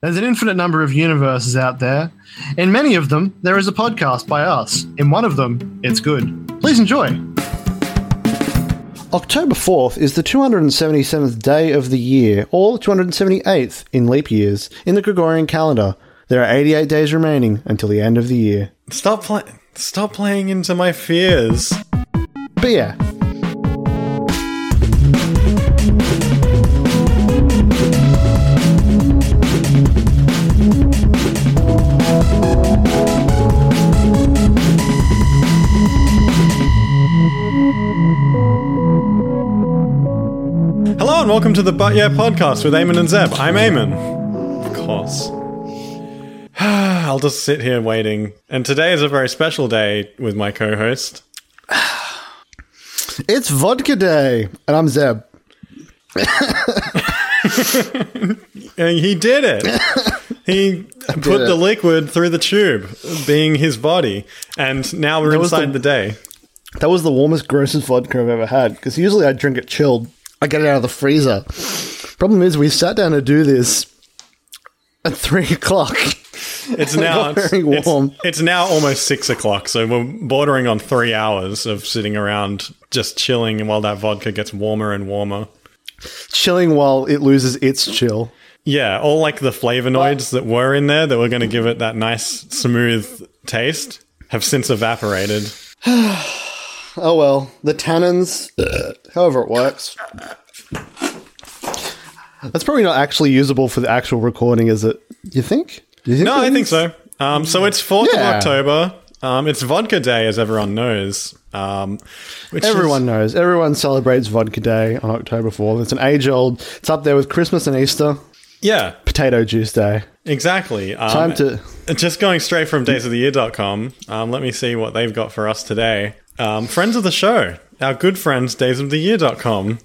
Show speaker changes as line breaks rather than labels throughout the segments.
There's an infinite number of universes out there. In many of them, there is a podcast by us. In one of them, it's good. Please enjoy.
October 4th is the 277th day of the year, or 278th in leap years, in the Gregorian calendar. There are 88 days remaining until the end of the year.
Stop playing. Stop playing into my fears.
But yeah,
Hello and welcome to the But Yeah podcast with Eamon and Zeb. I'm Eamon. Of course. I'll just sit here waiting. And today is a very special day with my co host.
it's Vodka Day, and I'm Zeb.
And Uh, he did it. He put
it.
the liquid through the tube, being his body. And now we're
was
inside
the-
the day.
That was the warmest, grossest vodka I've ever had, because usually I drink it chilled. I get it out of the freezer. Problem is, we sat down to do this at 3 o'clock.
It's now it's,
Very
it's-
warm.
it's now almost six o'clock, so we're bordering on three hours of sitting around just chilling while that vodka gets warmer and warmer.
Chilling while it loses its chill.
Yeah, all like the flavonoids that were in there that were going to give it that nice smooth taste have since evaporated.
Oh well, the tannins, however it works. That's probably not actually usable for the actual recording, is it? You think? You think
No,
it
I think
is?
so. Um, so it's fourth
Yeah.
of October. Um, it's Vodka Day, as everyone knows. Um, which is-
Everyone knows. Everyone celebrates Vodka Day on October 4th. It's an age old, it's up there with Christmas and Easter,
yeah,
Potato Juice Day.
exactly. Um,
Time to.
Just going straight from daysoftheyear.com, um, let me see what they've got for us today. Um, friends of the show, our good friends, daysoftheyear.com.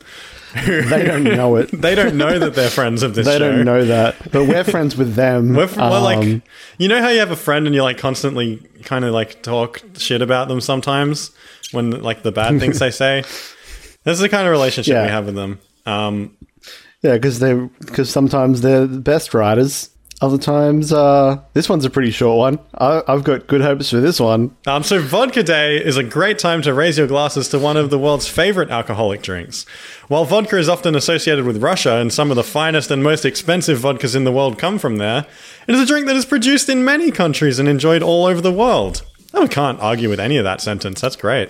They don't know it.
They don't know that they're friends of this
They
show.
don't know that. But we're friends with them.
We're, fr- we're
Um,
like, you know how you have a friend and you like constantly kind of like talk shit about them sometimes when like the bad things they say? This is the kind of relationship
Yeah.
we have with them. Um,
Yeah, because they because sometimes they're the best writers. Other times, uh, this one's a pretty short one. I, I've got good hopes for this one.
Um, so Vodka Day is a great time to raise your glasses to one of the world's favorite alcoholic drinks. While vodka is often associated with Russia and some of the finest and most expensive vodkas in the world come from there, it is a drink that is produced in many countries and enjoyed all over the world. Oh, I can't argue with any of that sentence. That's great.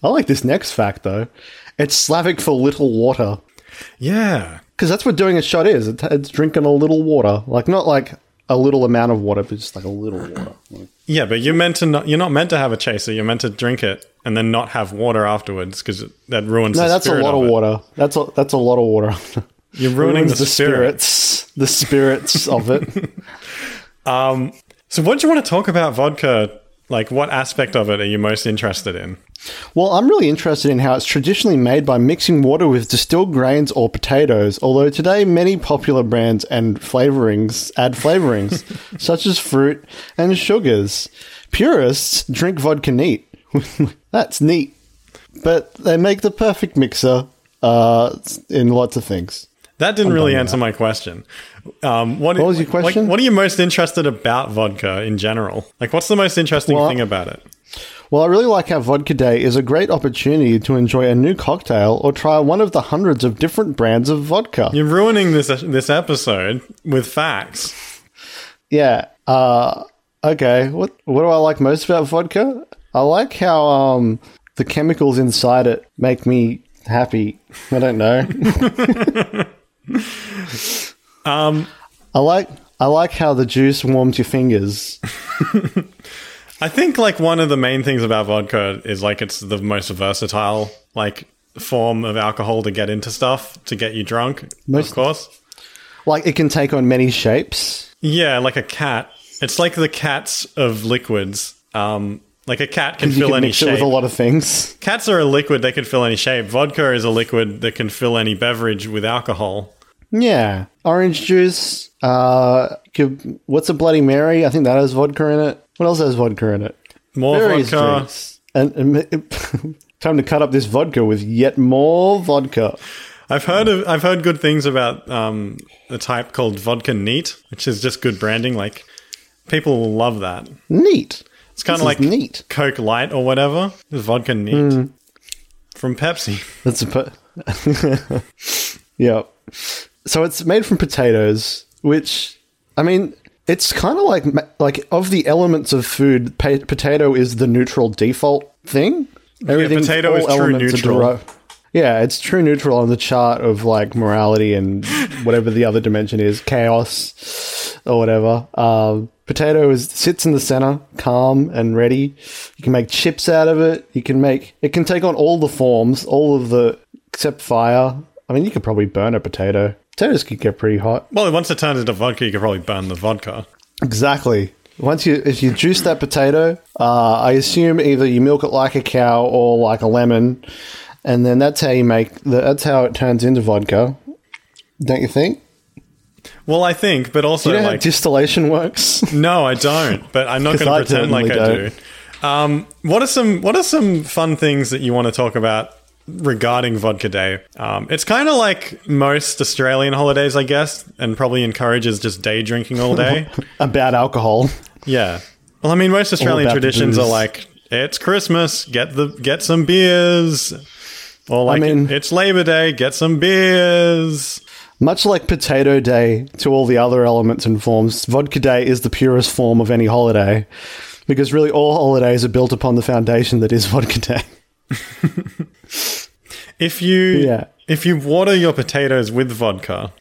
I like this next fact though. It's Slavic for little water
Yeah.
because that's what doing a shot is. It, it's drinking a little water, like not like a little amount of water, but just like a little water. Like,
Yeah, but you're meant to not, you're not meant to have a chaser. You're meant to drink it and then not have water afterwards because that ruins
no,
the
that's a
spirit
lot of
it.
water. That's a that's a lot of water.
You're ruining the,
Ruins
spirit.
spirits, the spirits of it.
So what do you want to talk about vodka? Like what aspect of it are you most interested in?
Well, I'm really interested in how it's traditionally made by mixing water with distilled grains or potatoes, although today many popular brands and flavorings add flavorings, such as fruit and sugars. Purists drink vodka neat. That's neat. But they make the perfect mixer uh, in lots of things.
That didn't really answer my question. Um, what,
What was your question?
What, what are you most interested about vodka in general? Like, what's the most interesting
Well,
thing about it?
Well, I really like how Vodka Day is a great opportunity to enjoy a new cocktail or try one of the hundreds of different brands of vodka.
You're ruining this this episode with facts.
Yeah. Uh, okay. What What do I like most about vodka? I like how um, the chemicals inside it make me happy. I don't know. um,
Um,
I like I like how the juice warms your fingers.
I think like one of the main things about vodka is like it's the most versatile like form of alcohol to get into stuff to get you drunk.
Most-
of course,
Like it can take on many shapes.
yeah, like a cat. It's like the cats of liquids. Um, like a cat can
You
fill
can
any
mix
shape.
it with a lot of things.
Cats are a liquid that can fill any shape. Vodka is a liquid that can fill any beverage with alcohol.
Yeah. Orange juice. Uh, could- what's a Bloody Mary? I think that has vodka in it. What else has vodka in it?
More
various
vodka.
drinks. And, and time to cut up this vodka with yet more vodka.
I've heard of, I've heard good things about um, a type called vodka neat, which is just good branding. Like people will love that.
Neat.
It's kind
This
of
is
like
neat.
Coke Light or whatever. It's vodka neat
Hmm.
from Pepsi.
That's a po- yeah. So it's made from potatoes, which I mean, it's kind of like ma- like of the elements of food, pa- potato is the neutral default thing. Everything's-
potato
all
is true
elements are
neutral.
deri- yeah, it's true neutral on the chart of like morality and whatever the other dimension is, chaos or whatever. Um, potato is sits in the center, calm and ready. You can make chips out of it. You can make it can take on all the forms, all of the except fire. I mean, you could probably burn a potato. Potatoes could get pretty hot.
Well, once it turns into vodka, you could probably burn the vodka.
Exactly. Once you, if you juice that potato, uh, I assume either you milk it like a cow or like a lemon, and then that's how you make the, that's how it turns into vodka. Don't you think?
Well, I think, but also
You know how
like
distillation works.
no, I don't. But I'm not
'Cause
going to
I
pretend like I
certainly
do. Um, what are some What are some fun things that you want to talk about regarding Vodka Day? Um, it's kind of like most Australian holidays, I guess, and probably encourages just day drinking all day.
About alcohol,
Yeah. Well, I mean, most Australian
about the
traditions
booze.
are like it's Christmas, get the get some beers, or like
mean-
it's Labor Day, get some beers.
much like Potato Day to all the other elements and forms, Vodka Day is the purest form of any holiday, because really all holidays are built upon the foundation that is Vodka Day.
If you
Yeah.
if you water your potatoes with vodka,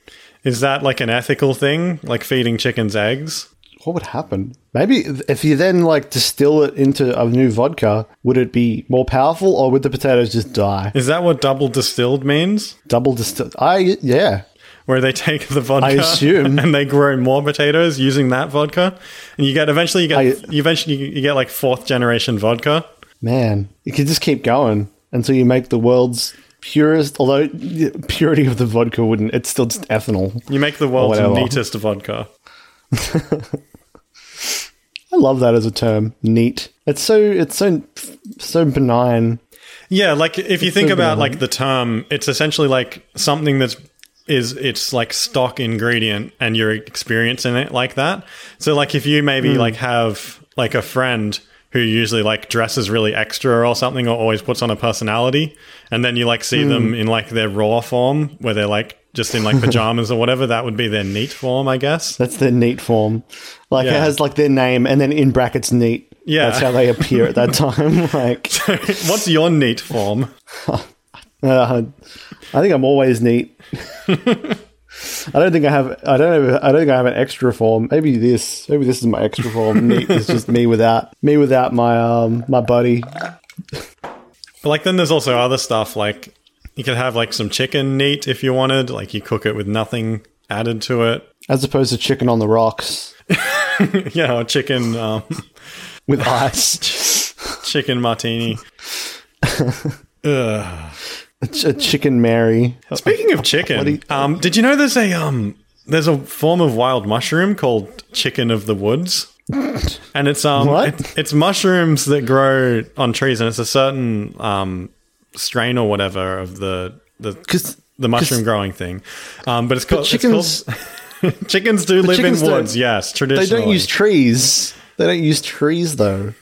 is that like an ethical thing, like feeding chickens eggs?
what would happen? Maybe if you then like distill it into a new vodka, would it be more powerful, or would the potatoes just die?
Is that what double distilled means?
Double distill. I yeah.
Where they take the vodka
assume.
and they grow more potatoes using that vodka, and you get eventually you get
I-
you eventually you get like fourth generation vodka.
Man, you could just keep going until you make the world's purest. Although the purity of the vodka wouldn't, it's still just ethanol.
You make the world's
whatever.
neatest vodka.
I love that as a term. Neat. It's so it's so so benign.
Yeah, like if you think
so
about like the term, it's essentially like something that's is it's like stock ingredient and your experience in it like that. So like if you maybe like have like a friend who usually like dresses really extra or something or always puts on a personality and then you like see them in like their raw form where they're like just in like pajamas or whatever, that would be their neat form, I guess.
That's their neat form. Like it
Yeah.
has like their name and then in brackets neat.
Yeah.
that's how they appear at that time. Like.
What's your neat form?
Uh, I think I'm always neat. I don't think I have. I don't. Have, I don't think I have an extra form. Maybe this. Maybe this is my extra form. Neat is just me without me without my um my buddy.
But like then there's also other stuff like you could have like some chicken neat if you wanted, like you cook it with nothing added to it.
As opposed to chicken on the rocks
you know, chicken um,
with ice,
chicken martini. Ugh.
Ch- a chicken Mary.
Speaking of chicken, um, did you know there's a um there's a form of wild mushroom called chicken of the woods, and it's um
What?
It's, it's mushrooms that grow on trees, and it's a certain um strain or whatever of the the
'Cause-
the mushroom growing thing, um, but it's called
chickens-
chickens. chickens do live
chickens
in
don't-
woods, yes,
They
traditionally.
don't use trees. They don't use trees though.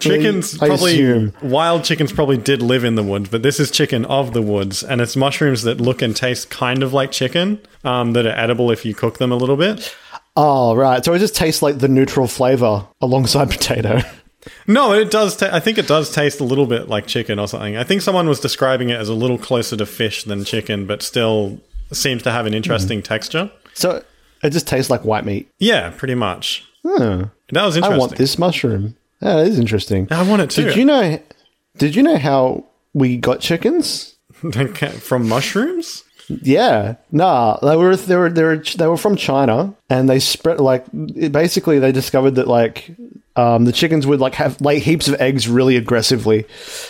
Chickens
I
probably
assume.
wild chickens probably did live in the woods, but this is chicken of the woods, and it's mushrooms that look and taste kind of like chicken um, that are edible if you cook them a little bit.
Oh right. So it just tastes like the neutral flavor alongside potato.
No, it does. Ta- I think it does taste a little bit like chicken or something. I think someone was describing it as a little closer to fish than chicken, but still seems to have
Hmm.
an interesting texture.
So it just tastes like white meat.
Yeah, pretty much.
Hmm.
That was
I
interesting.
want this mushroom. Yeah, that is interesting.
I want it too.
Did you know? Did you know how we got chickens?
from mushrooms?
Yeah, nah, they were they were they were they were from China, and they spread like it- basically they discovered that like um, the chickens would like have lay heaps of eggs really aggressively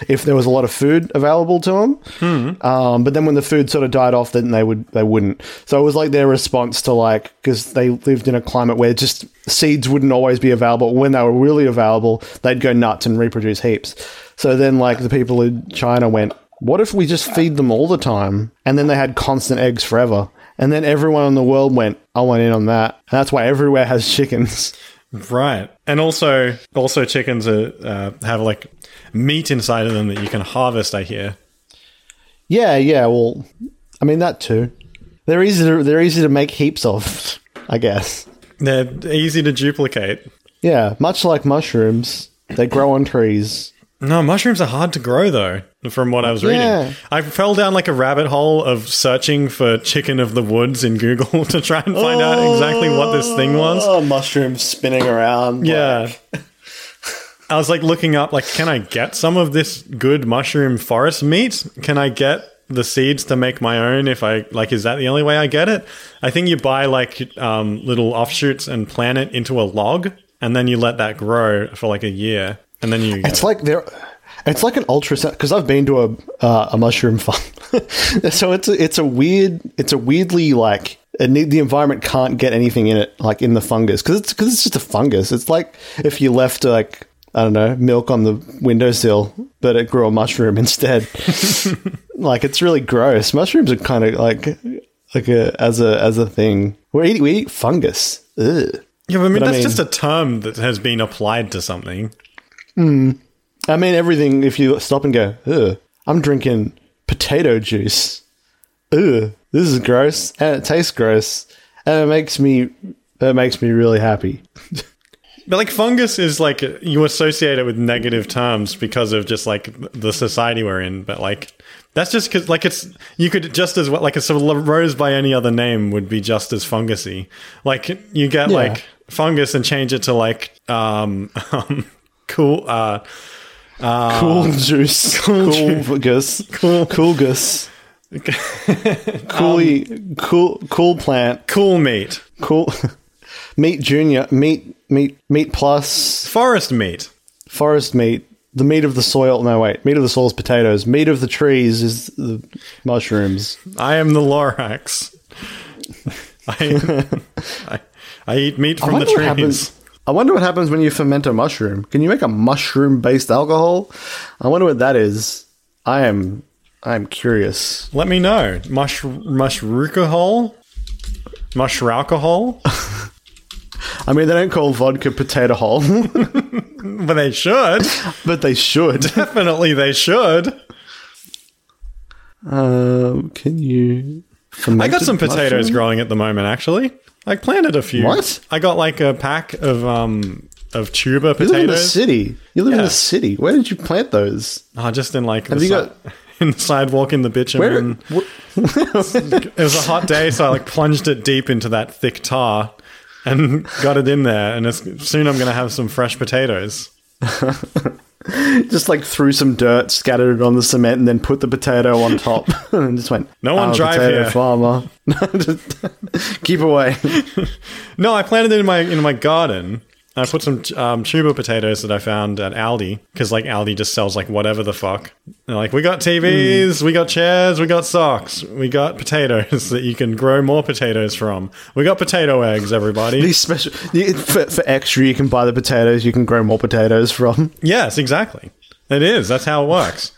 if there was a lot of food available to them. Um, but then when the food sort of died off, then they would they wouldn't. So it was like their response to like because they lived in a climate where just seeds wouldn't always be available. When they were really available, they'd go nuts and reproduce heaps. So then like the people in China went, What if we just feed them all the time and then they had constant eggs forever? And then everyone in the world went, I want in on that. And that's why everywhere has chickens.
Right, and also also chickens are, uh, have like meat inside of them that you can harvest. I hear.
Yeah, yeah, well, I mean, that too. They're easy to, they're easy to make heaps of, I guess.
They're easy to duplicate.
Yeah, much like mushrooms, they grow on trees.
No, mushrooms are hard to grow though, from what I was
Yeah.
reading. I fell down like a rabbit hole of searching for chicken of the woods in Google to try and find out exactly what this thing was.
Oh, mushrooms spinning around.
Yeah. I was like looking up like can I get some of this good mushroom forest meat? Can I get the seeds to make my own if I like is that the only way I get it? I think you buy like um, little offshoots and plant it into a log and then you let that grow for like a year and then you get
It's like they're. It's like an ultrasound because I've been to a uh, a mushroom farm, so it's a, it's a weird it's a weirdly like it need, the environment can't get anything in it like in the fungus because it's because it's just a fungus. It's like if you left like I don't know milk on the windowsill, but it grew a mushroom instead. like it's really gross. Mushrooms are kind of like like a as a as a thing. We eat we eat fungus. Ugh.
Yeah, but I mean,
But I
that's
mean-
just a term that has been applied to something.
I mean, everything, if you stop and go, ugh, I'm drinking potato juice. Ugh, this is gross. And it tastes gross. And it makes me, it makes me really happy.
But like fungus is like you associate it with negative terms because of just like the society we're in. But like that's just because like it's you could just as well like a sort of rose by any other name would be just as fungusy. Like you get
Yeah.
like fungus and change it to like um, um cool uh
cool juice. Ah. Cool, gus. Cool. Um, Cool gus. Coolie, cool, cool plant.
cool meat
Cool. meat junior. Meat, meat, meat plus.
forest meat.
Forest meat. The meat of the soil. No, wait. Meat of the soil is potatoes. Meat of the trees is the mushrooms.
I am the Lorax. I, I I eat meat from the
wonder what
trees.
happens- I wonder what happens when you ferment a mushroom. Can you make a mushroom based alcohol? I wonder what that is. I am I am curious.
Let me know. Mush mushrookahol? Mushralcohol?
I mean they don't call vodka potato hole,
but they should.
but they should.
Definitely they should.
Um, can you
I got some potatoes growing at the moment actually. I planted a few.
What?
I got like a pack of um of tuber
You live in the
potatoes.
city. You live in
Yeah.
the city. Where did you plant those?
Oh, just in like the
you
si-
got-
in the sidewalk in the bitchin.
Where?
and
wh-
it was a hot day, so I like plunged it deep into that thick tar and got it in there. And it's, soon I'm gonna have some fresh potatoes.
just like threw some dirt, scattered it on the cement, and then put the potato on top, and just went.
No one
"I'm a
drive
potato
here."
farmer. Just- keep away.
No, I planted it in my in my garden. I put some um, tuber potatoes that I found at Aldi because like Aldi just sells like whatever the fuck. They're like we got TVs, we got chairs, we got socks, we got potatoes that you can grow more potatoes from. We got potato eggs, everybody.
These special you- for, for extra, you can buy the potatoes. You can grow more potatoes from.
yes, exactly. It is. That's how it works.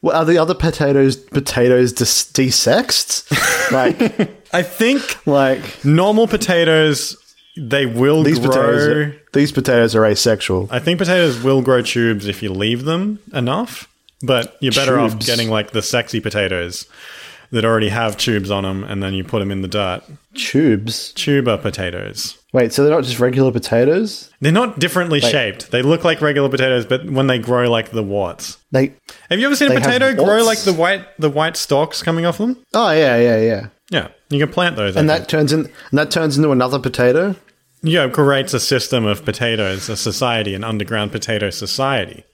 Well, are the other potatoes potatoes dis- desexed? like,
I think
like
normal potatoes they will
these
grow.
potatoes. Are, these potatoes are asexual.
I think potatoes will grow tubes if you leave them enough, but you're better off
Tubes.
getting like the sexy potatoes that already have tubes on them and then you put them in the dirt.
Tubes.
Tuber potatoes.
Wait, so they're not just regular potatoes?
They're not differently shaped. They look like regular potatoes, but when they grow like the warts.
They.
Have you ever seen a
They have
potato grow
warts?
like the white the white stalks coming off them?
Oh yeah, yeah, yeah.
Yeah. You can plant those.
And
And
that turns in. And that turns into another potato.
yeah, it creates a system of potatoes, a society, an underground potato society.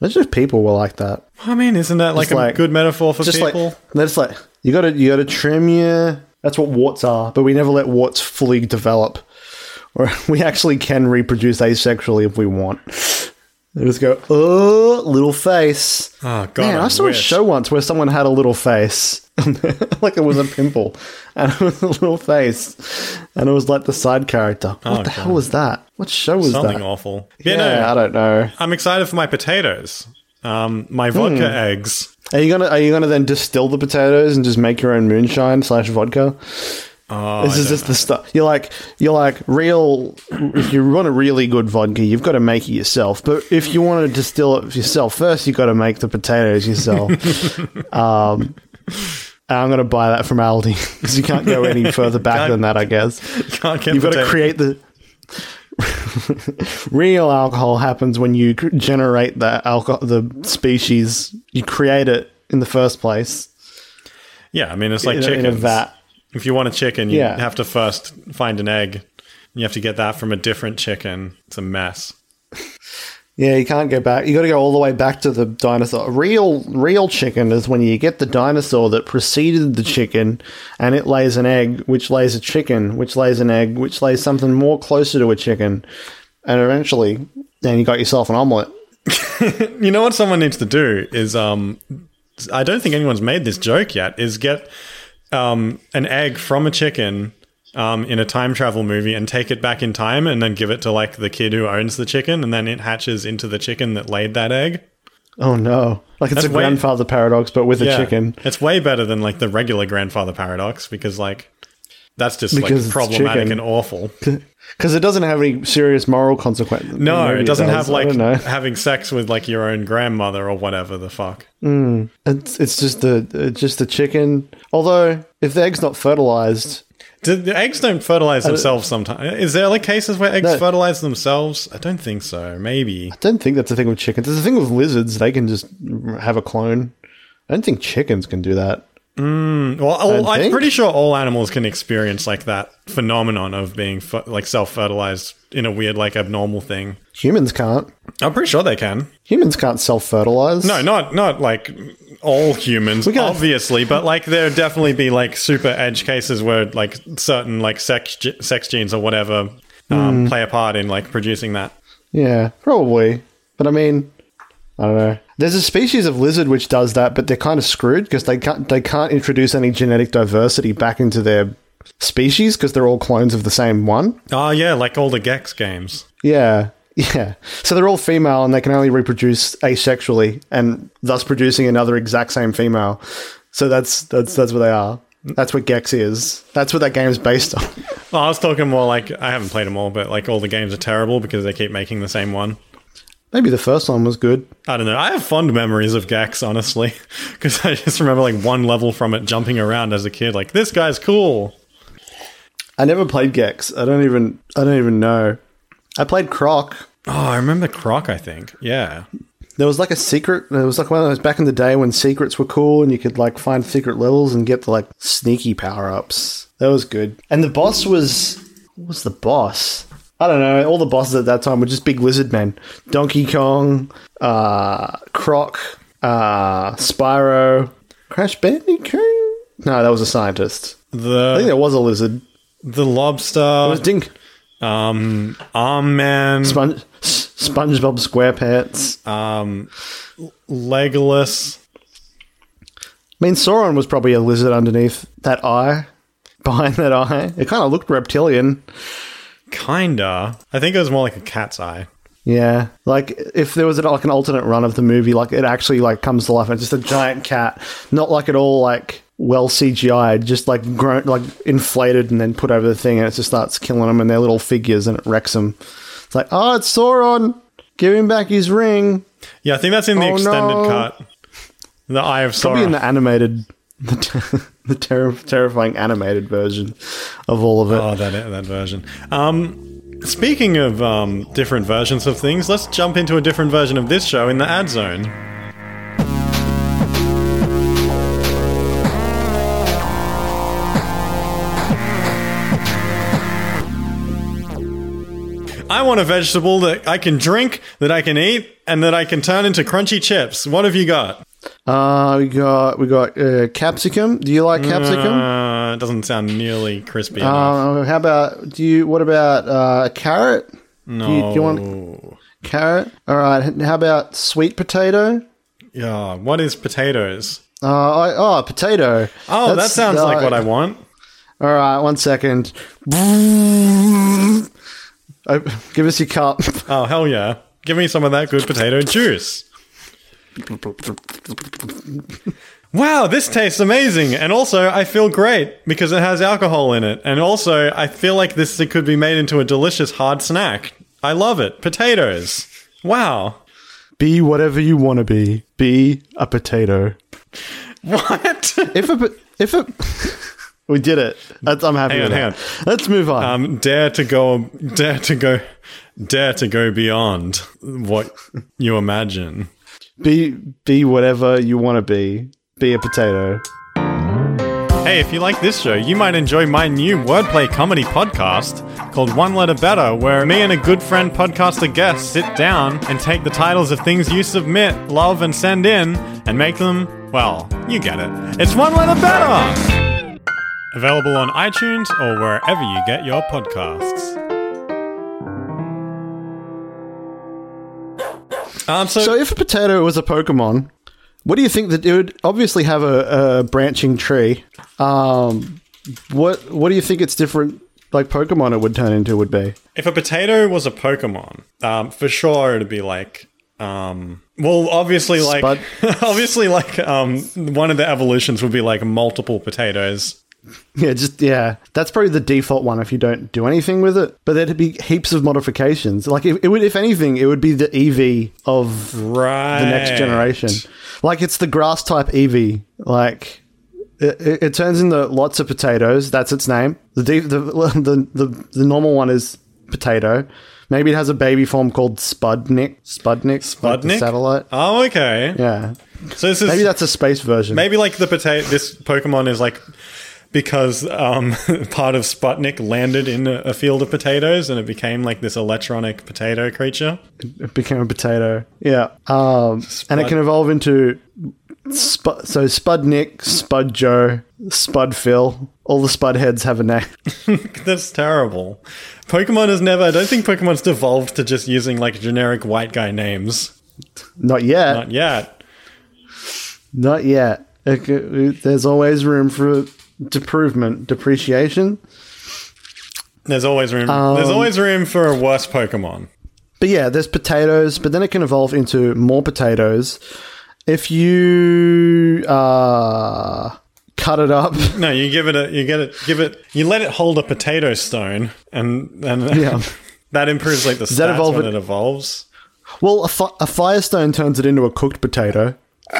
Imagine if people were like that.
I mean, isn't that like
Just
a
like-
good metaphor for
Just
people?
like that's like you got to you got to trim your. That's what warts are, but we never let warts fully develop, or we actually can reproduce asexually if we want. They just go, oh, little face.
oh god.
Man, I, saw
wish.
a show once where someone had a little face, like it was a pimple, and it was a little face, and it was like the side character. What the hell was that? What show was
Oh, Something
that?
awful.
Yeah,
yeah, no,
I don't know. Hmm.
I'm excited for my potatoes, um, my vodka eggs,
Are you gonna Are you gonna then distill the potatoes and just make your own moonshine slash vodka?
Oh,
This
I
is
don't
just the stuff. You're like you're like real. If you want a really good vodka, you've got to make it yourself. But if you want to distill it yourself first, you've got to make the potatoes yourself. um, and I'm gonna buy that from Aldi because you can't go any further back than that, I guess.
Can't get
You've got to
potato-
create the real alcohol happens when you cr- generate the alcohol, the species. You create it in the first place
Yeah, I mean it's like
in, a- in
chickens.
a vat.
If you want a chicken, you
Yeah.
have to first find an egg. You have to get that from a different chicken. It's a mess.
Yeah, you can't go back. You got to go all the way back to the dinosaur. Real, real chicken is when you get the dinosaur that preceded the chicken, and it lays an egg, which lays a chicken, which lays an egg, which lays something more closer to a chicken, and eventually, then you got yourself an omelette.
You know what someone needs to do is um I don't think anyone's made this joke yet, is get um an egg from a chicken um, in a time travel movie and take it back in time and then give it to like the kid who owns the chicken and then it hatches into the chicken that laid that egg.
Oh no! Like it's
That's
a
way-
grandfather paradox, but with a
Yeah.
chicken.
It's way better than like the regular grandfather paradox because like that's just
Because
like
it's
problematic
chicken.
and awful.
Because it doesn't have any serious moral consequences.
No,
Maybe
it doesn't
does.
have
I
like
don't know.
having sex with like your own grandmother or whatever the fuck.
It's, it's just the it's just the chicken. Although if the egg's not fertilized,
Do, the eggs don't fertilize themselves sometimes. Is there like cases where eggs
No.
fertilize themselves? I don't think so. Maybe.
I don't think that's a thing with chickens. It's a thing with lizards. They can just have a clone. I don't think chickens can do that.
Well, all, I'm
think?
pretty sure all animals can experience like that phenomenon of being fe- like self-fertilized in a weird like abnormal thing.
Humans can't.
I'm pretty sure they can.
Humans can't self-fertilize.
No, not not like all humans,
We gotta-
obviously, but like there'd definitely be like super edge cases where like certain like sex ge- sex genes or whatever
Hmm.
um, play a part in like producing that.
Yeah, probably. But I mean, I don't know. There's a species of lizard which does that, but they're kind of screwed because they can't they can't introduce any genetic diversity back into their species because they're all clones of the same one.
Oh yeah, like all the Gex games.
Yeah. Yeah. So they're all female and they can only reproduce asexually and thus producing another exact same female. So that's that's that's what they are. That's what Gex is. That's what that game is based on.
Well, I was talking more like I haven't played them all, but like all the games are terrible because they keep making the same one.
Maybe the first one was good.
I don't know. I have fond memories of Gex, honestly, because I just remember like one level from it jumping around as a kid. Like this guy's cool.
I never played Gex. I don't even I don't even know. I played Croc.
Oh, I remember Croc. I think. Yeah.
There was like a secret. There was like one of those back in the day when secrets were cool and you could like find secret levels and get the like sneaky power ups. That was good. And the boss was what was the boss? I don't know. All the bosses at that time were just big lizard men. Donkey Kong, uh, Croc, uh, Spyro, Crash Bandicoot. No, that was a scientist. I think
The
there was a lizard.
the
It
lobster.
was Dink
Um, arm man,
Sponge, S- SpongeBob SquarePants. I
um, legless.
mean, Sauron was probably a lizard underneath that eye, behind that eye. It kind of looked reptilian.
Kinda. I think it was more like a cat's eye.
Yeah, like if there was an, like an alternate run of the movie, like it actually like comes to life and it's just a giant cat, not like at all like well CGI, just like grown, like inflated and then put over the thing, and it just starts killing them and their little figures and it wrecks them. It's like, oh, it's Sauron, give him back his ring.
Yeah, I think that's in the
Oh,
extended
no.
cut. The Eye of
Probably
Sauron.
in the animated, the, ter- the ter- terrifying animated version of all of it.
Oh, that that version. Um, speaking of um, different versions of things, let's jump into a different version of this show in the ad zone. I want a vegetable that I can drink, that I can eat, and that I can turn into crunchy chips. What have you got?
Uh, we got we got uh, capsicum. Do you like capsicum?
Uh, it doesn't sound nearly crispy enough.
Uh, how about do you? What about uh, carrot? No. Do you, do you want
Oh.
carrot? All right. h- How about sweet potato?
Yeah, what is potatoes?
Uh, I, oh, potato.
Oh, that sounds like what I
want.
want.
All right, one second. Oh, give us your cup.
Oh, hell yeah. Give me some of that good potato juice. Wow, this tastes amazing. And also, I feel great because it has alcohol in it. And also, I feel like this could be made into a delicious hard snack. I love it. Potatoes. Wow.
Be whatever you want to be. Be a potato.
What?
If a po- if a we did it. That's, I'm happy
Hang
with
on,
that.
hang
Let's move on.
um, dare to go, dare to go, dare to go beyond what you imagine.
be be whatever you want to be. Be a potato.
Hey, if you like this show, you might enjoy my new wordplay comedy podcast called One Letter Better, where me and a good friend podcaster guest sit down and take the titles of things you submit, love, and send in and make them, well, you get it. It's One Letter Better! Available on iTunes or wherever you get your podcasts. Um,
So if a potato was a Pokemon, what do you think that it would obviously have a, a branching tree? Um, what what do you think its different like Pokemon it would turn into would be?
If a potato was a Pokemon, um, for sure it'd be like, um, well, obviously, like,
Spud?
obviously, like, um, one of the evolutions would be like multiple potatoes.
Yeah, just yeah. That's probably the default one if you don't do anything with it. But there'd be heaps of modifications. Like if, it would, if anything, it would be the EV of
Right.
the next generation. Like it's the grass type EV. Like it, it, it turns into lots of potatoes. That's its name. The, de- the, the the the normal one is potato. Maybe it has a baby form called Spudnik. Spudnik. Spudnik.
Sputnik?
satellite.
Oh, okay.
Yeah.
So this is
Maybe
maybe,
that's a space version.
like the potato. This Pokemon is like because um, part of Sputnik landed in a, a field of potatoes and it became like this electronic potato creature.
It became a potato. Yeah. Um, and it can evolve into Spud. So Spudnik, Spud Joe, Spud Phil. All the Spud heads have a name.
That's terrible. Pokemon has never. I don't think Pokemon's devolved to just using like generic white guy names.
Not yet.
Not yet.
Not yet. It c- there's always room for improvement, depreciation.
There's always room.
Um,
there's always room for a worse Pokemon.
But yeah, there's potatoes, but then it can evolve into more potatoes. If you uh, cut it up,
No, you give it a. You get it. Give it. You let it hold a potato stone, and and
Yeah.
that improves like the stats
that evolve
when
it-
it evolves.
well, a, fi- a firestone turns it into a cooked potato,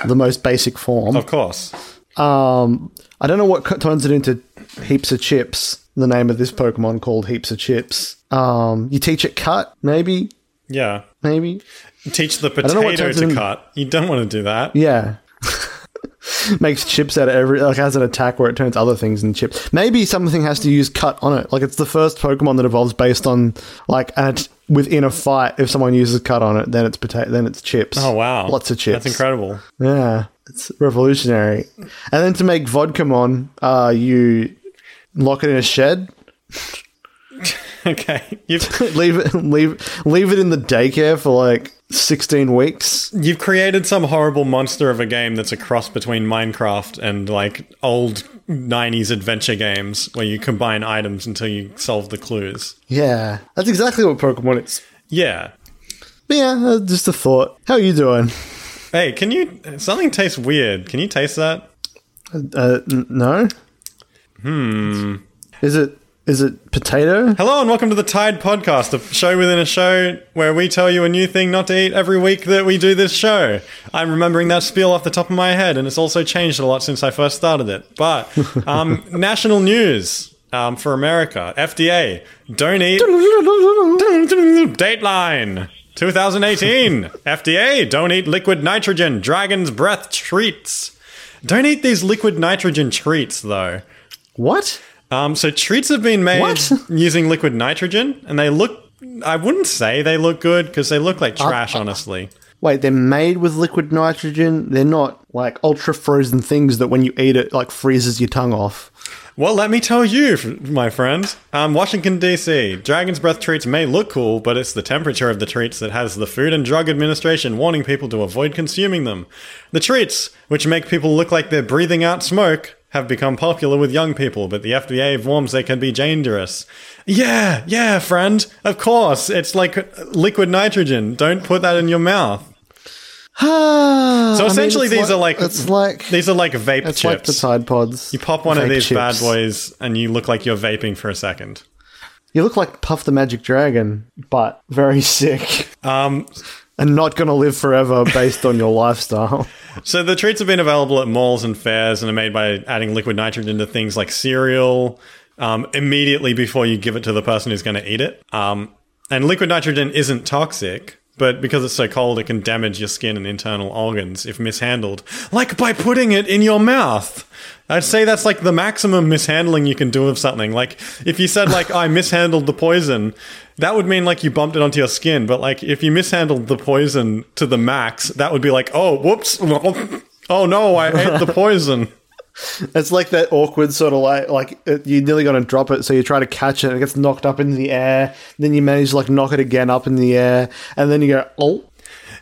the most basic form.
Of course.
Um, I don't know what co- turns it into heaps of chips. The name of this Pokemon called heaps of chips. Um, you teach it cut, maybe,
Yeah.
maybe.
Teach the
know what
potato
turns
to
it in-
cut. You don't want to do that.
Yeah. Makes chips out of every like has an attack where it turns other things into chips. Maybe something has to use cut on it. Like it's the first Pokemon that evolves based on like an at within a fight. If someone uses cut on it, then it's potato. Then it's chips.
Oh wow.
lots of chips.
That's incredible.
Yeah, it's revolutionary. And then to make Vodkamon, uh, you lock it in a shed,
Okay. You've
leave it, leave leave it in the daycare for like sixteen weeks.
You've created some horrible monster of a game that's a cross between Minecraft and like old 90s adventure games where you combine items until you solve the clues.
Yeah, that's exactly what Pokemon is.
Yeah.
But yeah, uh, just a thought. How are you doing?
Hey, can you something tastes weird. Can you taste that?
Uh, n- no. Hmm.
Hmm.
Is it is it potato?
Hello and welcome to the Tide podcast, a show within a show where we tell you a new thing not to eat every week that we do this show. I'm remembering that spiel off the top of my head and it's also changed a lot since I first started it. But um, national news um, for America, FDA, don't eat Dateline 2018. FDA, don't eat liquid nitrogen. Dragon's breath treats. Don't eat these liquid nitrogen treats, though.
What?
Um, so treats have been made
What?
using liquid nitrogen, and they look. I wouldn't say they look good because they look like trash, honestly.
Wait, they're made with liquid nitrogen. They're not like ultra frozen things that when you eat it like freezes your tongue off.
Well, let me tell you, f- my friends. Um, Washington, D.C. Dragon's Breath treats may look cool, but it's the temperature of the treats that has the Food and Drug Administration warning people to avoid consuming them. The treats, which make people look like they're breathing out smoke, have become popular with young people, but the FDA warns they can be dangerous. Yeah, yeah, uh, friend. Of course. It's like liquid nitrogen. Don't put that in your mouth.
so
essentially these are like-
it's like
These are like vape
it's
chips.
like the Tide Pods.
you pop one of
Vape
these bad
chips.
boys and you look like you're vaping for a second.
You look like Puff the Magic Dragon, but very sick
Um,
and not going to live forever based on your lifestyle.
So the treats have been available at malls and fairs and are made by adding liquid nitrogen to things like cereal um, immediately before you give it to the person who's going to eat it. Um, and liquid nitrogen isn't toxic, but because it's so cold, it can damage your skin and internal organs if mishandled, like by putting it in your mouth. I'd say that's like the maximum mishandling you can do of something. Like if you said like I mishandled the poison, that would mean like you bumped it onto your skin. But like if you mishandled the poison to the max, that would be like oh whoops, oh no, I ate the poison.
It's like that awkward sort of like like it, you're nearly going to drop it, so you try to catch it, and it gets knocked up into the air. Then you manage to like knock it again up in the air, and then you go, oh,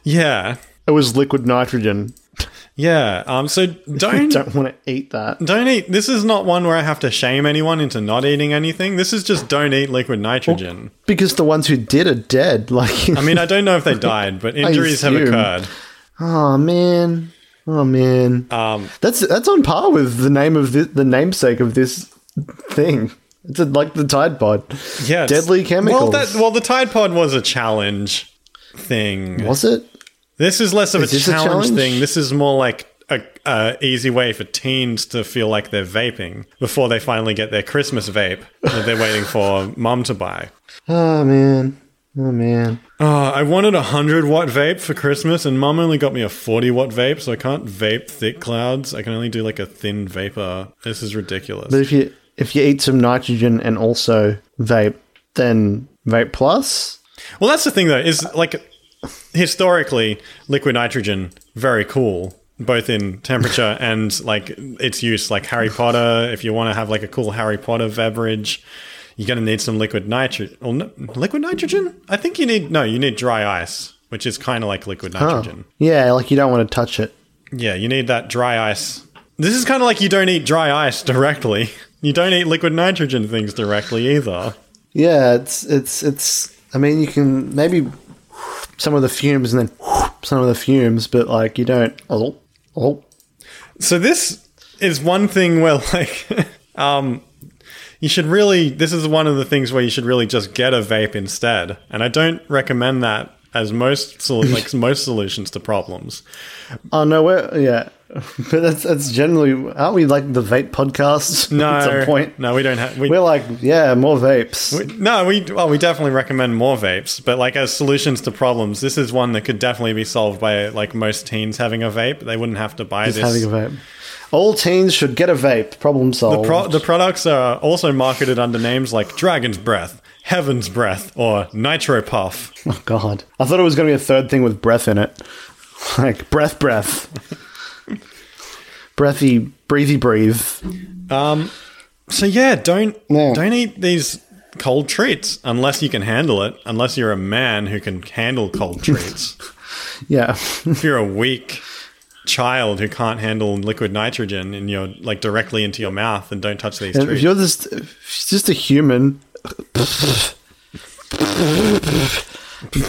Yeah,
it was liquid nitrogen.
yeah. Um, so don't.
Don't want to eat that.
Don't eat. This is not one where I have to shame anyone into not eating anything. This is just don't eat liquid nitrogen.
Because the ones who did are dead. Like,
I mean, I don't know if they died, but injuries have
assume.
occurred.
oh man, oh man,
Um,
that's that's on par with the name of the, the namesake of this thing. It's like the Tide Pod.
Yeah, it's-
Deadly
Well,
chemicals.
that, well, the Tide Pod was a challenge thing.
Was it?
This is less of a
this a
challenge,
challenge?
thing. This is more like a, a easy way for teens to feel like they're vaping before they finally get their Christmas vape that they're waiting for mum to buy.
Oh man, oh man.
Uh, I wanted a hundred watt vape for Christmas, and mum only got me a forty watt vape, so I can't vape thick clouds. I can only do like a thin vapor. This is ridiculous.
But if you if you eat some nitrogen and also vape, then vape plus.
Well, that's the thing, though, is like historically, liquid nitrogen very cool, both in temperature and like its use. Like Harry Potter, if you want to have like a cool Harry Potter beverage, you're going to need some liquid nitrogen. Well, no, liquid nitrogen? I think you need no, you need dry ice, which is kind of like liquid nitrogen.
Yeah, like you don't want to touch it.
Yeah, you need that dry ice. This is kind of like you don't eat dry ice directly. You don't eat liquid nitrogen things directly either.
Yeah, it's it's it's. I mean, you can maybe some of the fumes and then some of the fumes, but like you don't. Oh, oh.
So this is one thing where like um you should really this is one of the things where you should really just get a vape instead. And I don't recommend that as most sol- like most solutions to problems.
Oh no, we're yeah. But that's that's generally aren't we like the vape podcast
No.
at some point?
No, we don't have we,
We're like, yeah, more vapes.
we- no, we well, we definitely recommend more vapes, but like as solutions to problems, this is one that could definitely be solved by like most teens having a vape. They wouldn't have to buy
Just
this.
having a vape. All teens should get a vape. Problem solved.
Pro- the products are also marketed under names like Dragon's Breath, Heaven's Breath, or Nitro Puff.
Oh God! I thought it was going to be a third thing with breath in it, like breath, breath, breathy, breathy, breathe.
So yeah, don't
No.
don't eat these cold treats unless you can handle it. Unless you're a man who can handle cold treats.
Yeah,
if you're a weak child who can't handle liquid nitrogen in your like directly into your mouth, and don't touch these
if
treats.
you're just if you're just a human,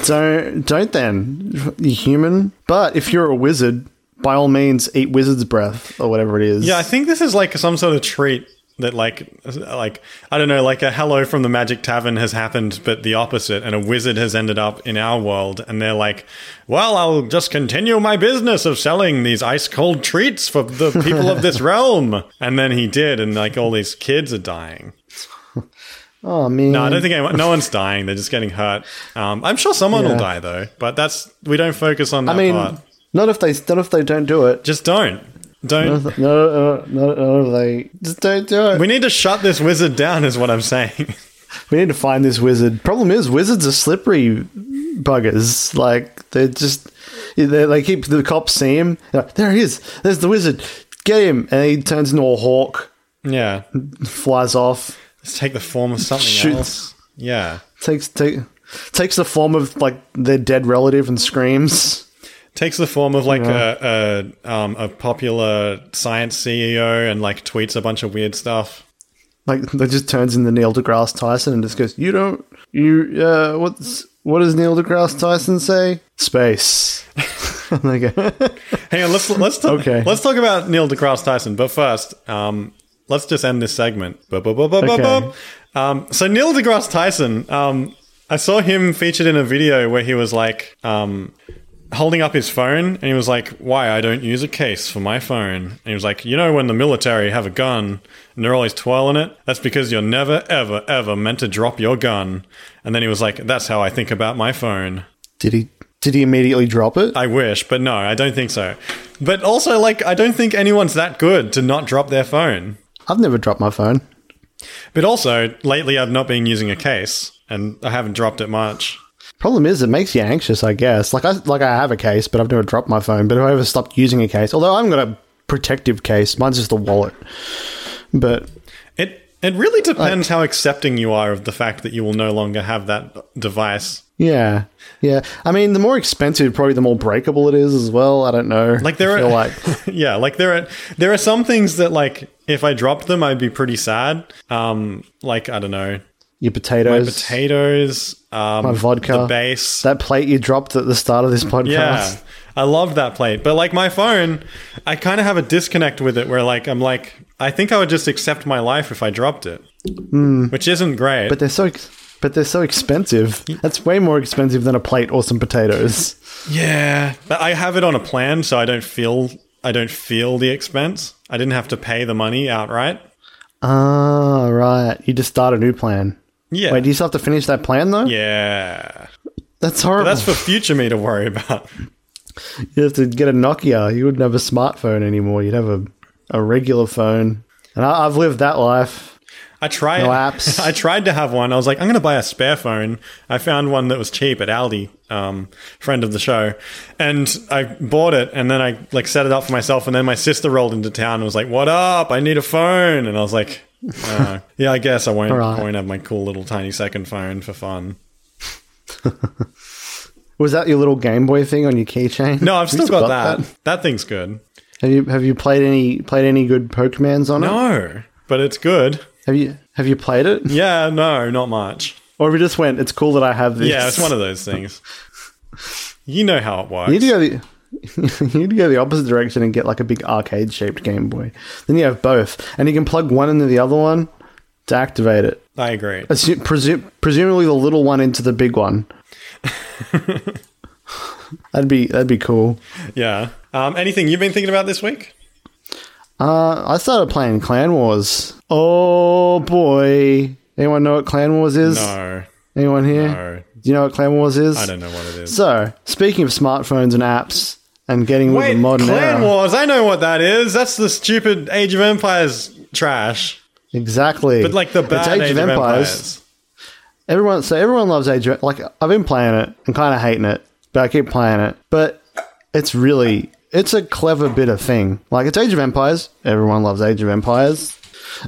don't don't then you human. But if you're a wizard, by all means, eat wizard's breath or whatever it is.
Yeah, I think this is like some sort of treat that like like I don't know, like a hello from the Magic Tavern has happened, but the opposite, and a wizard has ended up in our world, and they're like, "Well, I'll just continue my business of selling these ice cold treats for the people of this realm," and then he did, and like all these kids are dying.
Oh man.
No, I don't think anyone, no one's dying; they're just getting hurt. Um, I'm sure someone will
Yeah.
die though, but that's we don't focus on that
I mean,
part.
not if they not if they don't do it.
Just don't, don't.
No, no, no, no, they just don't do it.
We need to shut this wizard down, is what I'm saying.
We need to find this wizard. Problem is, wizards are slippery buggers. Like they're just they, they keep the cops see him. They're like, there he is. There's the wizard. Get him, and he turns into a hawk,
yeah,
flies off,
Let's take the form of something
Shoot.
else. Yeah.
takes take, takes the form of like their dead relative and screams.
Takes the form of like a, a, um, a popular science CEO and like tweets a bunch of weird stuff.
Like they just turns into Neil deGrasse Tyson and just goes, "You don't, you uh, what's what does Neil deGrasse Tyson say? Space." okay.
Hang on, let's let's talk,
Okay.
let's talk about Neil deGrasse Tyson. But first, um, let's just end this segment. Bup, bup, bup, bup, bup,
Okay.
bup. Um, so Neil deGrasse Tyson, um, I saw him featured in a video where he was like um, holding up his phone, and he was like, "Why I don't use a case for my phone?" And he was like, "You know when the military have a gun and they're always twirling it, that's because you're never, ever, ever meant to drop your gun." And then he was like, "That's how I think about my phone."
Did he? Did he immediately drop it?
I wish, but no, I don't think so. But also, like, I don't think anyone's that good to not drop their phone.
I've never dropped my phone.
But also, lately I've not been using a case, and I haven't dropped it much.
Problem is, it makes you anxious. I guess. Like I like I have a case, but I've never dropped my phone. But if I ever stopped using a case, although I haven't got a protective case, mine's just the wallet. But
It it really depends how accepting you are of the fact that you will no longer have that device.
yeah, yeah. I mean, the more expensive, probably the more breakable it is as well. I don't know.
Like there
I
are,
feel like
yeah, like there are there are some things that like if I dropped them, I'd be pretty sad. Um, like I don't know,
your potatoes,
potatoes, um,
my vodka,
the base,
that plate you dropped at the start of this podcast.
Yeah. I loved that plate. But like my phone, I kind of have a disconnect with it where like I'm like, I think I would just accept my life if I dropped it, which isn't great.
But they're so, ex- but they're so expensive. That's way more expensive than a plate or some potatoes.
yeah. But I have it on a plan so I don't feel I don't feel the expense. I didn't have to pay the money outright.
Ah, right. You just start a new plan.
Yeah.
Wait, do you still have to finish that plan though?
yeah.
That's horrible.
That's for future me to worry about.
you have to get a Nokia. You wouldn't have a smartphone anymore. You'd have a, a regular phone. And I, I've lived that life.
I tried
No apps.
I tried to have one. I was like, I'm going to buy a spare phone. I found one that was cheap at Aldi, um, friend of the show, and I bought it. And then I like set it up for myself. And then my sister rolled into town and was like, "What up? I need a phone." And I was like, uh, "Yeah, I guess I won't.
Alright.
I won't have my cool little tiny second phone for fun."
Was that your little Game Boy thing on your keychain?
No, I've
You
still got, that. that. thing's good.
Have you have you played any played any good Pokemans on it?
No, but it's good.
Have you have you played it?
Yeah, no, not much.
Or have you just went? It's cool that I have this.
Yeah, it's one of those things. You know how it works.
You need to go the you need to go the opposite direction and get like a big arcade shaped Game Boy. Then you have both, and you can plug one into the other one to activate it.
I agree.
Assu- presu- presumably the little one into the big one. that'd be that'd be cool.
Yeah. Um, anything you've been thinking about this week?
Uh, I started playing Clan Wars. Oh boy! Anyone know what Clan Wars is?
No.
Anyone here?
No.
Do you know what Clan Wars is?
I don't know what it is.
So speaking of smartphones and apps and getting with
Wait,
the modern
Clan
era,
Wars. I know what that is. That's the stupid Age of Empires trash.
exactly.
But like the
It's
bad Age, of, Empires.
Everyone, so everyone loves Age. of- Like I've been playing it and kind of hating it, but I keep playing it. But it's really, it's a clever bit of thing. Like it's Age of Empires. Everyone loves Age of Empires.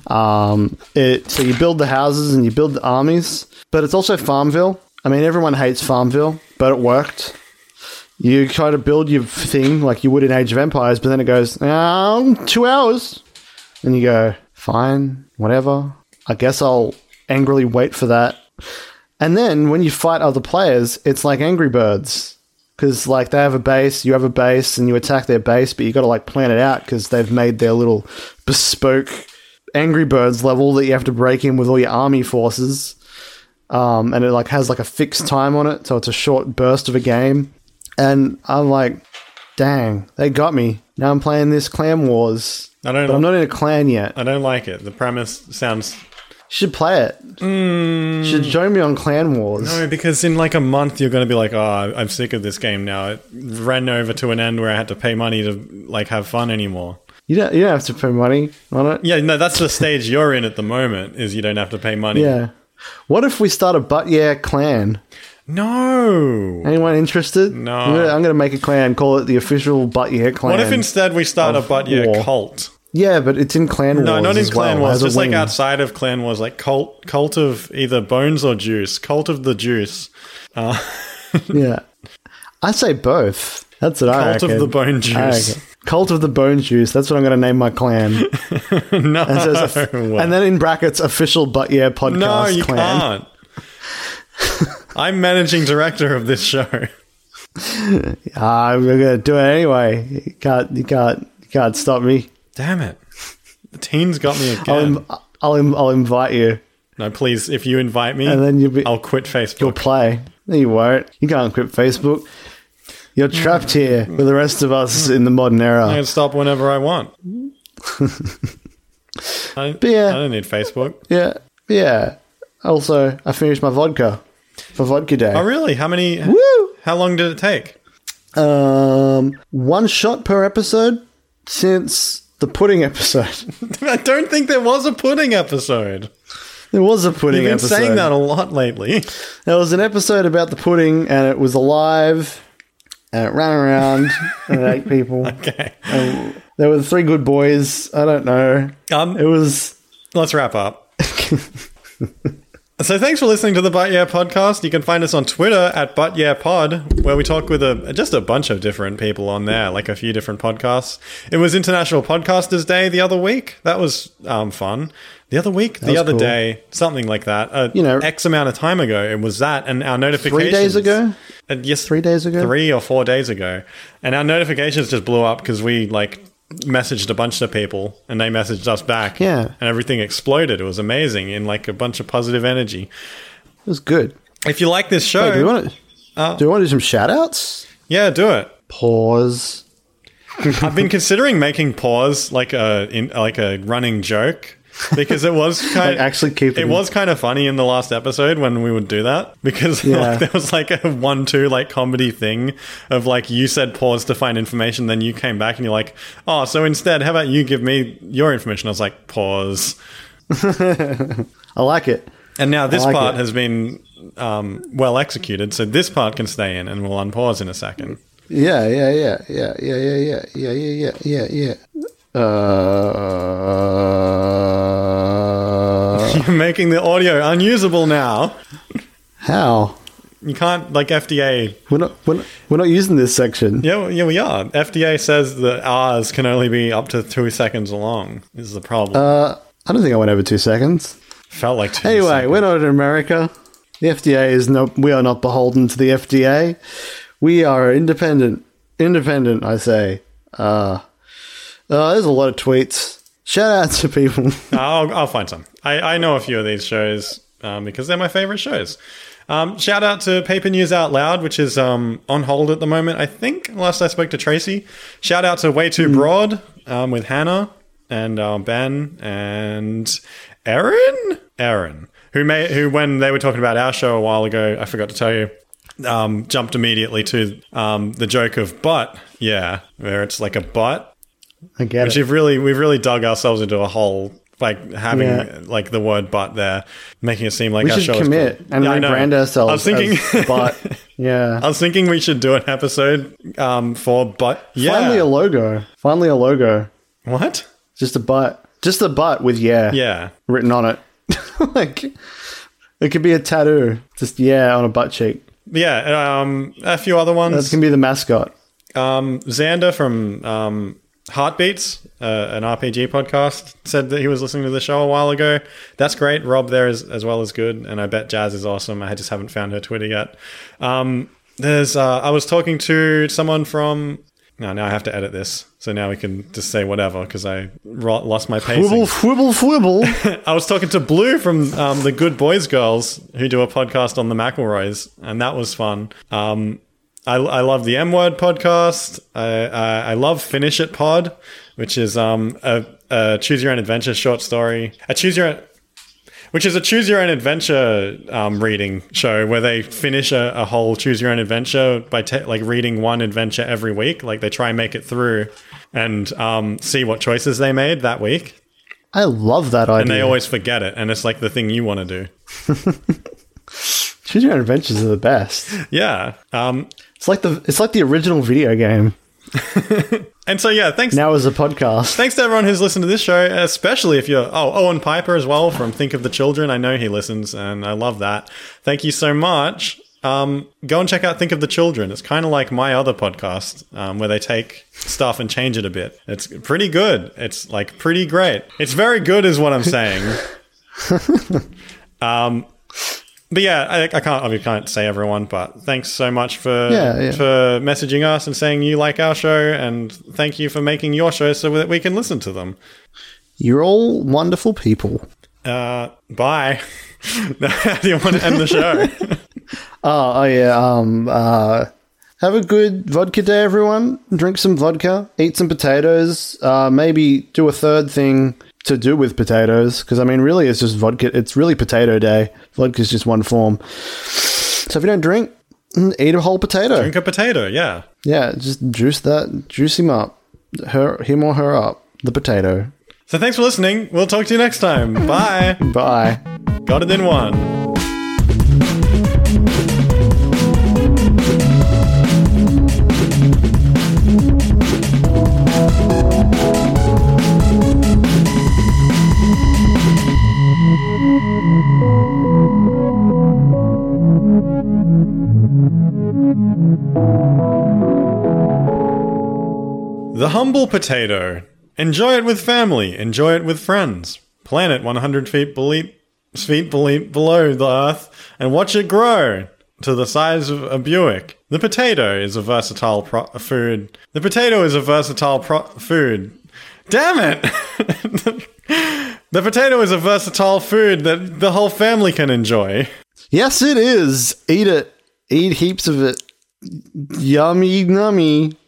Um, it so you build the houses and you build the armies, but it's also Farmville. I mean, everyone hates Farmville, but it worked. You try to build your thing like you would in Age of Empires, but then it goes um, two hours, and you go fine, whatever. I guess I'll angrily wait for that. And then when you fight other players, it's like Angry Birds. Because, like, they have a base, you have a base, and you attack their base, but you got to, like, plan it out because they've made their little bespoke Angry Birds level that you have to break in with all your army forces. Um, and it, like, has, like, a fixed time on it, so it's a short burst of a game. And I'm like, dang, they got me. Now I'm playing this Clan Wars.
I don't.
But I'm not in a clan yet.
I don't like it. The premise sounds
Should play it. Should join me on Clan Wars.
no, because in like a month you're going to be like, oh, I'm sick of this game now. It ran over to an end where I had to pay money to like have fun anymore.
You don't. You don't have to put money on it.
Yeah, no, that's the stage you're in at the moment. Is you don't have to pay money.
Yeah. What if we start a butt yeah clan?
No.
Anyone interested?
No.
I'm gonna, I'm gonna make a clan. Call it the official butt yeah clan.
What if instead we start a butt year
war.
cult?
yeah, but it's in clan wars.
No, not in
as
Clan
well,
Wars.
as a
Just like
wing.
outside of Clan Wars, like cult, cult of either bones or juice, cult of the juice, Uh,
Yeah. I say both. That's what I
cult
reckon.
of the bone
I
juice.
reckon. Cult of the bone juice. That's what I'm gonna name my clan.
no,
It says off-
well,
and then in brackets, official butt yeah podcast
no, you
clan.
can't. I'm managing director of this show.
Ah, we're gonna do it anyway. You can't, you can't, you can't stop me.
Damn it. The teens got me
I'll,
again.
Im- I'll, Im- I'll invite you,
no, please, if you invite me,
and then you'll be,
I'll quit
you'll
Facebook.
play. No, you won't. You can't quit Facebook. You're trapped here with the rest of us in the modern
I
era.
can stop whenever I want. I, don't-
yeah.
I don't need Facebook.
Yeah, yeah. Also, I finished my vodka for Vodka Day.
Oh, really? How many?
Woo!
How long did it take?
Um, one shot per episode since the pudding episode.
I don't think there was a pudding episode.
there was a pudding
You've been
episode.
saying that a lot lately.
There was an episode about the pudding, and it was alive, and it ran around and it ate people.
Okay.
And there were three good boys. I don't know. It
Um,
was.
let's wrap up. So thanks for listening to the But Yeah podcast. You can find us on Twitter at But Yeah Pod, where we talk with a just a bunch of different people on there, like a few different podcasts. It was International Podcasters Day the other week. That was um, fun. The other week, the
was
other
cool.
day, something like that. Uh,
You know-
X amount of time ago, it was that, and our notifications
Three days ago?
Uh, yes,
Three days ago?
three or four days ago, and our notifications just blew up because we like messaged a bunch of people and they messaged us back.
Yeah.
and everything exploded. It was amazing in like a bunch of positive energy.
It was good.
If you like this show,
Hey, do you want to? do you want to do some shout outs?
yeah, do it.
Pause.
I've been considering making pause like a in, like a running joke because it was kind
Like, actually keep
it
it-
was kind of funny in the last episode when we would do that because
Yeah.
like, there was like a one two like comedy thing of like you said pause to find information then you came back and you're like oh so instead how about you give me your information I was like pause
I like it.
and now this
like
part
it.
has been um, well executed so this part can stay in and we'll unpause in a second
Yeah, yeah, yeah, yeah, yeah, yeah, yeah, yeah, yeah, yeah, yeah. Uh,
you're making the audio unusable now
how?
you can't like FDA
We're not, we're not, we're not using this section.
Yeah, well, yeah, we are. FDA says that R's can only be up to two seconds long. Is the problem?
Uh, I don't think I went over two seconds.
Felt like two.
Anyway,
seconds.
we're not in America. The FDA is no. We are not beholden to the FDA. We are independent. Independent, I say. Uh, uh, there's a lot of tweets. Shout out to people.
I'll, I'll find some. I, I know a few of these shows um, because they're my favorite shows. Um, shout out to Paper News Out Loud, which is um, on hold at the moment. I think last I spoke to Tracy. Shout out to Way Too Broad um, with Hannah and uh, Ben and Aaron. Aaron, who may who when they were talking about our show a while ago, I forgot to tell you. Um, jumped immediately to um, the joke of butt, yeah, where it's like a butt
I get
which
it.
you've really we've really dug ourselves into a hole like having
Yeah.
like the word but there making it seem like
We
our
should
show
commit
is cool.
and
Yeah, I know.
rebrand ourselves.
I was thinking Uh,
as butt. Yeah.
I was thinking we should do an episode um for but yeah
Finally a logo. Finally a logo.
what
Just a butt. Just a butt with yeah,
yeah
written on it. like it could be a tattoo. Just yeah on a butt cheek.
yeah um a few other
That's
ones
gonna be the mascot.
um Xander from um Heartbeats uh, an RPG podcast said that he was listening to the show a while ago that's great Rob there is as well as good and I bet Jazz is awesome I just haven't found her Twitter yet Um, there's uh, I was talking to someone from. No, now I have to edit this. So now we can just say whatever because I ro- lost my
Wibble,
pacing.
fwibble, fwibble.
I was talking to Blue from um, the Good Boys Girls who do a podcast on the McElroys, and that was fun. Um, I, I love the M Word podcast. I, I, I love Finish It Pod, which is um, a, a choose your own adventure short story. A choose your own which is a choose your own adventure um, reading show where they finish a, a whole choose your own adventure by te- like reading one adventure every week. Like they try and make it through and um, see what choices they made that week,
I love that idea.
and they always forget it. And it's like the thing you want to do.
Choose Your Own Adventures are the best.
Yeah. Um,
It's like the it's like the original video game.
and so yeah, thanks.
Now as a podcast.
Thanks to everyone who's listened to this show, especially if you're oh Owen Piper as well from Think of the Children. I know he listens, and I love that. Thank you so much. Um, go and check out Think of the Children. It's kind of like my other podcast um, where they take stuff and change it a bit. It's pretty good. It's like pretty great. It's very good, is what I'm saying. um, But yeah, I, I can't. I mean, can't say everyone, but thanks so much for
Yeah, yeah.
for messaging us and saying you like our show, and thank you for making your show so that we can listen to them.
You're all wonderful people.
Uh, bye. No, How do you want to end the show?
Oh, oh yeah. Um, uh, have a good vodka day, everyone. Drink some vodka, eat some potatoes. Uh, maybe do a third thing to do with potatoes, because I mean, really, it's just vodka. It's really potato day. Vodka's just one form. So if you don't drink, mm, eat a whole potato.
Drink a potato. Yeah.
Yeah, just juice that, juice him up, her, him or her up. The potato.
So thanks for listening. We'll talk to you next time. Bye.
Bye.
Got it in one. The humble potato. Enjoy it with family. Enjoy it with friends. Plant it 100 feet beneath, feet beneath below the earth and watch it grow to the size of a Buick. The potato is a versatile pro- food. The potato is a versatile pro- food. Damn it! the potato is a versatile food that the whole family can enjoy.
Yes, it is. Eat it. Eat heaps of it. Yummy, nummy.